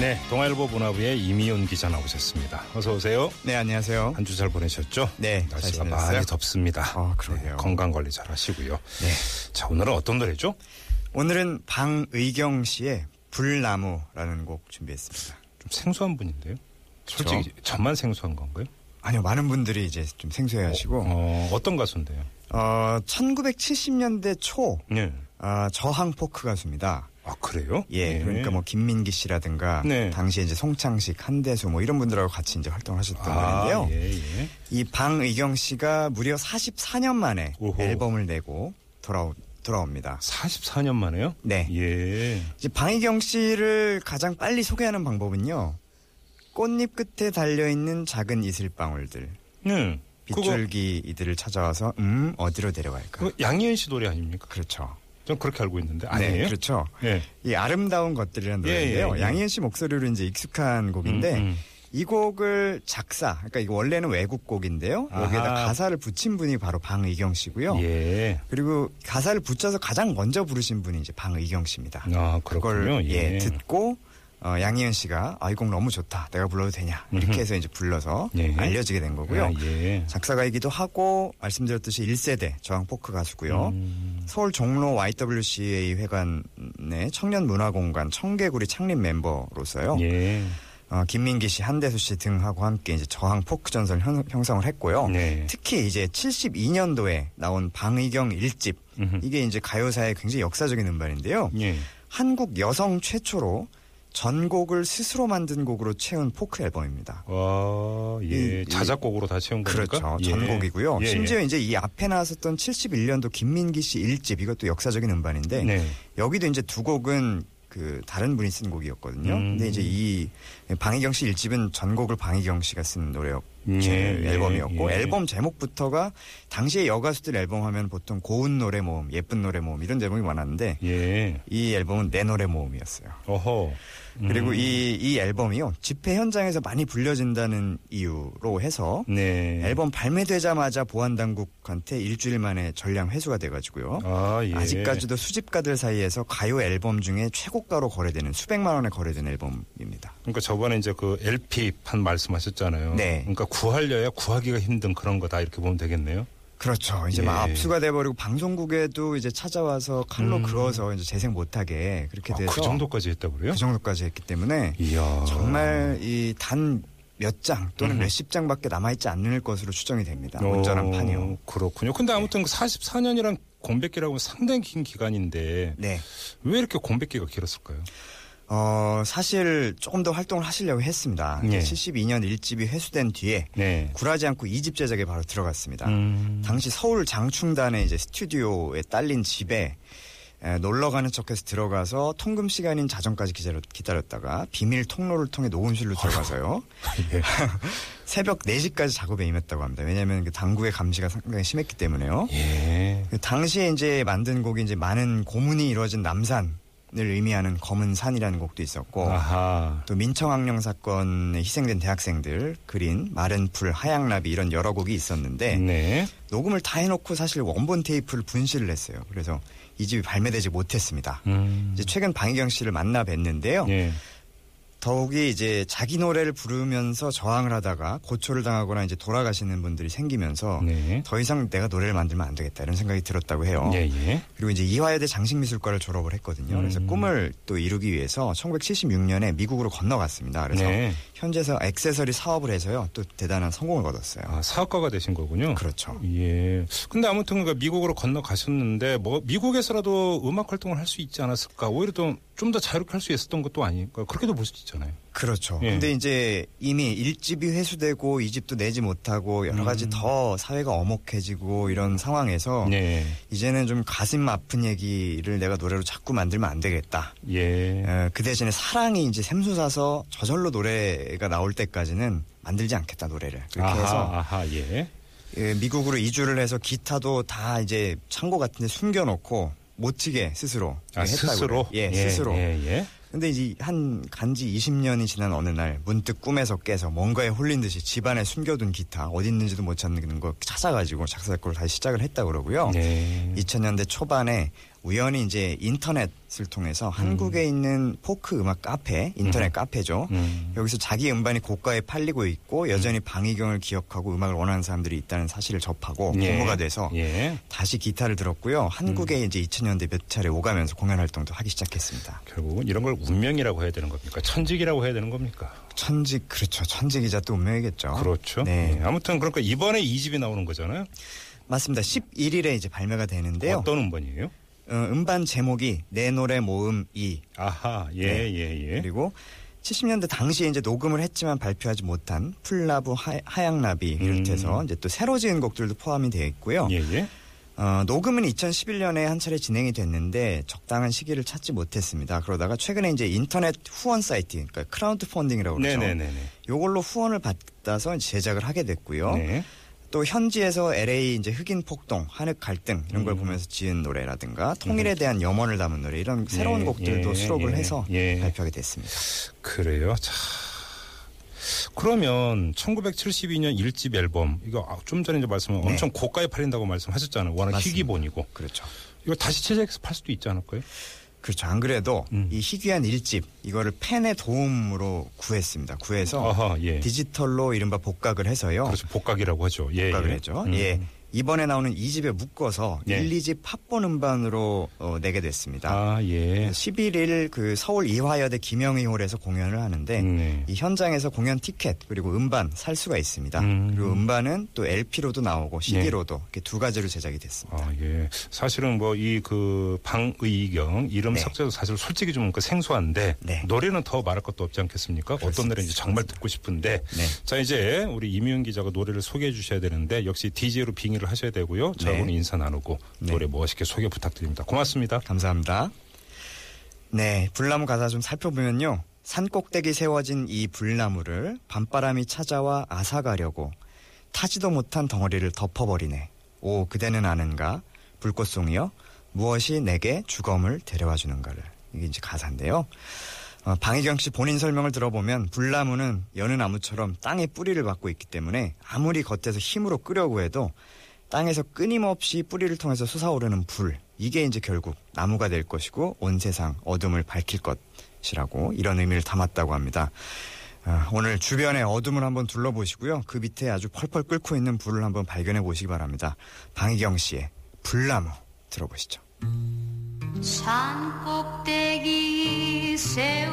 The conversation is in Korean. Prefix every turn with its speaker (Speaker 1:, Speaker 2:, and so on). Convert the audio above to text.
Speaker 1: 네, 동아일보 문화부의 이미윤 기자 나오셨습니다. 어서 오세요.
Speaker 2: 네, 안녕하세요.
Speaker 1: 한 주 잘 보내셨죠?
Speaker 2: 네, 잘
Speaker 1: 날씨가
Speaker 2: 지내셨어요?
Speaker 1: 많이 덥습니다. 네,
Speaker 2: 아, 그러게요.
Speaker 1: 건강 관리 잘 하시고요. 네. 자, 오늘은 어떤 노래죠?
Speaker 2: 오늘은 방의경 씨의 불나무라는 곡 준비했습니다.
Speaker 1: 좀 생소한 분인데요. 솔직히 저만 생소한 건가요?
Speaker 2: 아니요, 많은 분들이 이제 좀 생소해하시고
Speaker 1: 어, 어떤 가수인데요?
Speaker 2: 어, 1970년대 초
Speaker 1: 네.
Speaker 2: 어, 저항 포크 가수입니다.
Speaker 1: 아, 그래요?
Speaker 2: 예,
Speaker 1: 네.
Speaker 2: 그러니까 뭐 김민기 씨라든가
Speaker 1: 네.
Speaker 2: 당시에 이제 송창식, 한대수 뭐 이런 분들하고 같이 이제 활동을 하셨던
Speaker 1: 아,
Speaker 2: 분인데요.
Speaker 1: 예, 예.
Speaker 2: 이 방의경 씨가 무려 44년 만에
Speaker 1: 오호.
Speaker 2: 앨범을 내고 돌아오, 돌아옵니다.
Speaker 1: 44년 만에요?
Speaker 2: 네.
Speaker 1: 예.
Speaker 2: 이제 방희경 씨를 가장 빨리 소개하는 방법은요. 꽃잎 끝에 달려 있는 작은 이슬방울들,
Speaker 1: 네.
Speaker 2: 빗줄기 이들을 찾아와서 음 어디로 데려갈까?
Speaker 1: 그거 양예은 씨 노래 아닙니까?
Speaker 2: 그렇죠.
Speaker 1: 전 그렇게 알고 있는데 아니에요?
Speaker 2: 네, 그렇죠.
Speaker 1: 예.
Speaker 2: 이 아름다운 것들이라는
Speaker 1: 예,
Speaker 2: 노래인데요.
Speaker 1: 예, 예.
Speaker 2: 양희은 씨 목소리로 이제 익숙한 곡인데
Speaker 1: 음, 음.
Speaker 2: 이 곡을 작사, 그러니까 이거 원래는 외국 곡인데요.
Speaker 1: 아하.
Speaker 2: 여기에다 가사를 붙인 분이 바로 방의경 씨고요.
Speaker 1: 예.
Speaker 2: 그리고 가사를 붙여서 가장 먼저 부르신 분이 이제 방의경 씨입니다.
Speaker 1: 아, 그렇군요.
Speaker 2: 그걸 예, 듣고 어, 양희은 씨가 아, 이 곡 너무 좋다. 내가 불러도 되냐. 이렇게 해서 이제 불러서
Speaker 1: 예.
Speaker 2: 알려지게 된 거고요.
Speaker 1: 아, 예.
Speaker 2: 작사가이기도 하고 말씀드렸듯이 1세대 저항 포크 가수고요.
Speaker 1: 음.
Speaker 2: 서울 종로 YWCA 회관의 청년 문화공간 청개구리 창립 멤버로서요.
Speaker 1: 예.
Speaker 2: 어, 김민기 씨, 한대수 씨 등하고 함께 이제 저항 포크 전선을 현- 형성을 했고요.
Speaker 1: 네.
Speaker 2: 특히 이제 72년도에 나온 방의경 1집
Speaker 1: 음흠.
Speaker 2: 이게 이제 가요사의 굉장히 역사적인 음반인데요.
Speaker 1: 예.
Speaker 2: 한국 여성 최초로 전곡을 스스로 만든 곡으로 채운 포크 앨범입니다.
Speaker 1: 와, 예.
Speaker 2: 이- 이-
Speaker 1: 자작곡으로 다 채운 거니까.
Speaker 2: 그렇죠.
Speaker 1: 예.
Speaker 2: 전곡이고요.
Speaker 1: 예, 예.
Speaker 2: 심지어 이제 이 앞에 나왔었던 71년도 김민기 씨 1집 이것도 역사적인 음반인데
Speaker 1: 네.
Speaker 2: 여기도 이제 두 곡은 그 다른 분이 쓴 곡이었거든요.
Speaker 1: 음.
Speaker 2: 근데 이제 이 방희경 씨 1집은 전곡을 방희경 씨가 쓴 노래였
Speaker 1: 예,
Speaker 2: 제
Speaker 1: 예,
Speaker 2: 앨범이었고
Speaker 1: 예.
Speaker 2: 앨범 제목부터가 당시에 여가수들 앨범 하면 보통 고운 노래 모음, 예쁜 노래 모음 이런 제목이 많았는데
Speaker 1: 예.
Speaker 2: 이 앨범은 내 노래 모음이었어요.
Speaker 1: 어허. 음.
Speaker 2: 그리고 이, 이 앨범이요. 집회 현장에서 많이 불려진다는 이유로 해서
Speaker 1: 네.
Speaker 2: 앨범 발매되자마자 보안당국한테 일주일 만에 전량 회수가 돼가지고요.
Speaker 1: 아, 예.
Speaker 2: 아직까지도 수집가들 사이에서 가요 앨범 중에 최고가로 거래되는 수백만 원에 거래된 앨범입니다.
Speaker 1: 그러니까 저번에 이제 그 LP 판 말씀하셨잖아요.
Speaker 2: 네.
Speaker 1: 그러니까 구하려야 구하기가 힘든 그런 거다 이렇게 보면 되겠네요.
Speaker 2: 그렇죠. 이제
Speaker 1: 예.
Speaker 2: 막 압수가 돼버리고 방송국에도 이제 찾아와서 칼로
Speaker 1: 음.
Speaker 2: 그어서 이제 재생 못하게 그렇게 예.
Speaker 1: 아,
Speaker 2: 돼서
Speaker 1: 그 정도까지 했다고요?
Speaker 2: 그 정도까지 했기 때문에
Speaker 1: 이야.
Speaker 2: 정말 이 단 몇 장 또는 몇십 장밖에 남아있지 않을 것으로 추정이 됩니다. 온전한
Speaker 1: 어,
Speaker 2: 판이요. 네.
Speaker 1: 그렇군요. 근데 아무튼 그 44년이란 공백기라고 상당히 긴 기간인데
Speaker 2: 네.
Speaker 1: 왜 이렇게 공백기가 길었을까요?
Speaker 2: 어, 사실 조금 더 활동을 하시려고 했습니다.
Speaker 1: 예.
Speaker 2: 72년 1집이 회수된 뒤에
Speaker 1: 네.
Speaker 2: 굴하지 않고 2집 제작에 바로 들어갔습니다.
Speaker 1: 음.
Speaker 2: 당시 서울 장충단의 이제 스튜디오에 딸린 집에 에, 놀러 가는 척해서 들어가서 통금 시간인 자정까지 기다려- 기다렸다가 비밀 통로를 통해 녹음실로 들어가서요.
Speaker 1: 예.
Speaker 2: 새벽 4시까지 작업에 임했다고 합니다. 왜냐하면 그 당구의 감시가 상당히 심했기 때문에요.
Speaker 1: 예.
Speaker 2: 그 당시에 이제 만든 곡이 이제 많은 고문이 이루어진 남산을 의미하는 검은 산이라는 곡도 있었고
Speaker 1: 아하.
Speaker 2: 또 민청학령 사건에 희생된 대학생들 그린 마른 풀 하양나비 이런 여러 곡이 있었는데
Speaker 1: 네.
Speaker 2: 녹음을 다 해놓고 사실 원본 테이프를 분실을 했어요. 그래서 이 집이 발매되지 못했습니다.
Speaker 1: 음.
Speaker 2: 이제 최근 방희경 씨를 만나 뵀는데요.
Speaker 1: 예.
Speaker 2: 더욱이 이제 자기 노래를 부르면서 저항을 하다가 고초를 당하거나 이제 돌아가시는 분들이 생기면서
Speaker 1: 네.
Speaker 2: 더 이상 내가 노래를 만들면 안 되겠다 이런 생각이 들었다고 해요.
Speaker 1: 예, 예.
Speaker 2: 그리고 이제 이화여대 장식미술과를 졸업을 했거든요. 그래서
Speaker 1: 음.
Speaker 2: 꿈을 또 이루기 위해서 1976년에 미국으로 건너갔습니다. 그래서
Speaker 1: 네.
Speaker 2: 현재서 액세서리 사업을 해서요. 또 대단한 성공을 거뒀어요.
Speaker 1: 아, 사업가가 되신 거군요.
Speaker 2: 그렇죠.
Speaker 1: 예. 근데 아무튼 그러니까 미국으로 건너가셨는데 뭐 미국에서라도 음악 활동을 할 수 있지 않았을까? 오히려 좀 좀 더 자유롭게 할 수 있었던 것도 아닐까? 그렇게도 볼 수 있잖아요.
Speaker 2: 그렇죠.
Speaker 1: 예.
Speaker 2: 근데 이제 이미 일집이 회수되고 이집도 내지 못하고 여러 가지 더 사회가 엄혹해지고 이런 상황에서
Speaker 1: 음. 네.
Speaker 2: 이제는 좀 가슴 아픈 얘기를 내가 노래로 자꾸 만들면 안 되겠다.
Speaker 1: 예.
Speaker 2: 어, 그 대신에 사랑이 이제 샘솟아서 저절로 노래가 나올 때까지는 만들지 않겠다 노래를. 그렇게
Speaker 1: 아하,
Speaker 2: 해서
Speaker 1: 아하, 예.
Speaker 2: 예, 미국으로 이주를 해서 기타도 다 이제 창고 같은 데 숨겨놓고 못 치게 스스로
Speaker 1: 아,
Speaker 2: 했다고
Speaker 1: 스스로?
Speaker 2: 그래요. 예, 스스로
Speaker 1: 예, 예.
Speaker 2: 근데 이제 한 간지 20년이 지난 어느 날 문득 꿈에서 깨서 뭔가에 홀린 듯이 집안에 숨겨둔 기타 어디 있는지도 못 찾는 거 찾아가지고 작사 작곡을 다시 시작을 했다 그러고요.
Speaker 1: 네.
Speaker 2: 2000년대 초반에 우연히 이제 인터넷을
Speaker 1: 음.
Speaker 2: 통해서 한국에 있는 포크 음악 카페, 인터넷 카페죠.
Speaker 1: 음.
Speaker 2: 여기서 자기 음반이 고가에 팔리고 있고 여전히 방위경을 기억하고 음악을 원하는 사람들이 있다는 사실을 접하고
Speaker 1: 예.
Speaker 2: 뭐 공부가 돼서
Speaker 1: 예. 음.
Speaker 2: 다시 기타를 들었고요. 한국에 이제 2000년대 몇 차례 오가면서 공연 활동도 하기 시작했습니다.
Speaker 1: 결국은 이런 걸 운명이라고 해야 되는 겁니까? 천직이라고 해야 되는 겁니까?
Speaker 2: 천직 그렇죠. 천직이자 또 운명이겠죠.
Speaker 1: 그렇죠.
Speaker 2: 네.
Speaker 1: 예, 아무튼 그러니까 이번에 이집이 나오는 거잖아요.
Speaker 2: 맞습니다. 11일에 이제 발매가 되는데요.
Speaker 1: 어떤 음반이에요?
Speaker 2: 어, 음반 제목이 내 노래 모음 2
Speaker 1: 아하. 예,
Speaker 2: 네.
Speaker 1: 예, 예.
Speaker 2: 그리고 70년대 당시에 이제 녹음을 했지만 발표하지 못한 풀나부 하, 하양나비 비롯해서
Speaker 1: 음.
Speaker 2: 이제 또 새로 지은 곡들도 포함이 되어 있고요.
Speaker 1: 예, 예.
Speaker 2: 어, 녹음은 2011년에 한 차례 진행이 됐는데 적당한 시기를 찾지 못했습니다. 그러다가 최근에 이제 인터넷 후원 사이트, 그러니까 크라우드 펀딩이라고 그렇죠.
Speaker 1: 네,
Speaker 2: 그러죠.
Speaker 1: 네, 네, 네.
Speaker 2: 요걸로 후원을 받아서 이제 제작을 하게 됐고요.
Speaker 1: 네.
Speaker 2: 또 현지에서 LA 이제 흑인 폭동, 한흑 갈등 이런
Speaker 1: 음.
Speaker 2: 걸 보면서 지은 노래라든가 통일에 대한 염원을 담은 노래 이런 새로운
Speaker 1: 예,
Speaker 2: 곡들도
Speaker 1: 예,
Speaker 2: 수록을
Speaker 1: 예,
Speaker 2: 해서
Speaker 1: 예.
Speaker 2: 발표하게 됐습니다.
Speaker 1: 그래요. 자. 그러면 1972년 일집 앨범 이거 아, 좀 전에 이제 말씀을
Speaker 2: 네.
Speaker 1: 엄청 고가에 팔린다고 말씀하셨잖아요. 워낙
Speaker 2: 맞습니다.
Speaker 1: 희귀본이고.
Speaker 2: 그렇죠.
Speaker 1: 이거 다시 제작해서 팔 수도 있지 않을까요?
Speaker 2: 그렇죠. 안 그래도
Speaker 1: 음.
Speaker 2: 이 희귀한 일집 이거를 팬의 도움으로 구했습니다. 구해서
Speaker 1: 아하, 예.
Speaker 2: 디지털로 이른바 복각을 해서요.
Speaker 1: 그렇죠. 복각이라고 하죠. 예.
Speaker 2: 어. 복각을
Speaker 1: 예.
Speaker 2: 했죠.
Speaker 1: 음.
Speaker 2: 예. 이번에 나오는 2집에 묶어서
Speaker 1: 예.
Speaker 2: 1, 2집 합본 음반으로 어, 내게 됐습니다.
Speaker 1: 아, 예.
Speaker 2: 11일 그 서울 이화여대 김영희 홀에서 공연을 하는데
Speaker 1: 네.
Speaker 2: 이 현장에서 공연 티켓 그리고 음반 살 수가 있습니다.
Speaker 1: 음.
Speaker 2: 그리고 음반은 또 LP로도 나오고 CD로도 이렇게 두 가지로 제작이 됐습니다.
Speaker 1: 아, 예. 사실은 뭐 이 그 방의경 이름
Speaker 2: 네.
Speaker 1: 삭제도 사실 솔직히 좀 그 생소한데
Speaker 2: 네.
Speaker 1: 노래는 더 말할 것도 없지 않겠습니까? 어떤
Speaker 2: 그렇습니다.
Speaker 1: 노래인지 정말 듣고 싶은데
Speaker 2: 네.
Speaker 1: 자 이제 우리 이미윤 기자가 노래를 소개해 주셔야 되는데 역시 DJ로 빙의를 하셔야 되고요. 저하고는
Speaker 2: 네.
Speaker 1: 인사 나누고
Speaker 2: 네.
Speaker 1: 노래 멋있게 소개 부탁드립니다. 고맙습니다.
Speaker 2: 감사합니다. 네, 불나무 가사 좀 살펴보면요. 산 꼭대기 세워진 이 불나무를 밤바람이 찾아와 앗아가려고 타지도 못한 덩어리를 덮어버리네. 오, 그대는 아는가? 불꽃송이여, 무엇이 내게 주검을 데려와 주는가를. 이게 이제 가사인데요. 어, 방희경 씨 본인 설명을 들어보면 불나무는 여느 나무처럼 땅의 뿌리를 받고 있기 때문에 아무리 겉에서 힘으로 끄려고 해도 땅에서 끊임없이 뿌리를 통해서 솟아오르는 불 이게 이제 결국 나무가 될 것이고 온 세상 어둠을 밝힐 것이라고 이런 의미를 담았다고 합니다. 아, 오늘 주변의 어둠을 한번 둘러보시고요. 그 밑에 아주 펄펄 끓고 있는 불을 한번 발견해 보시기 바랍니다. 방희경 씨의 불나무 들어보시죠.
Speaker 3: 산 꼭대기 세워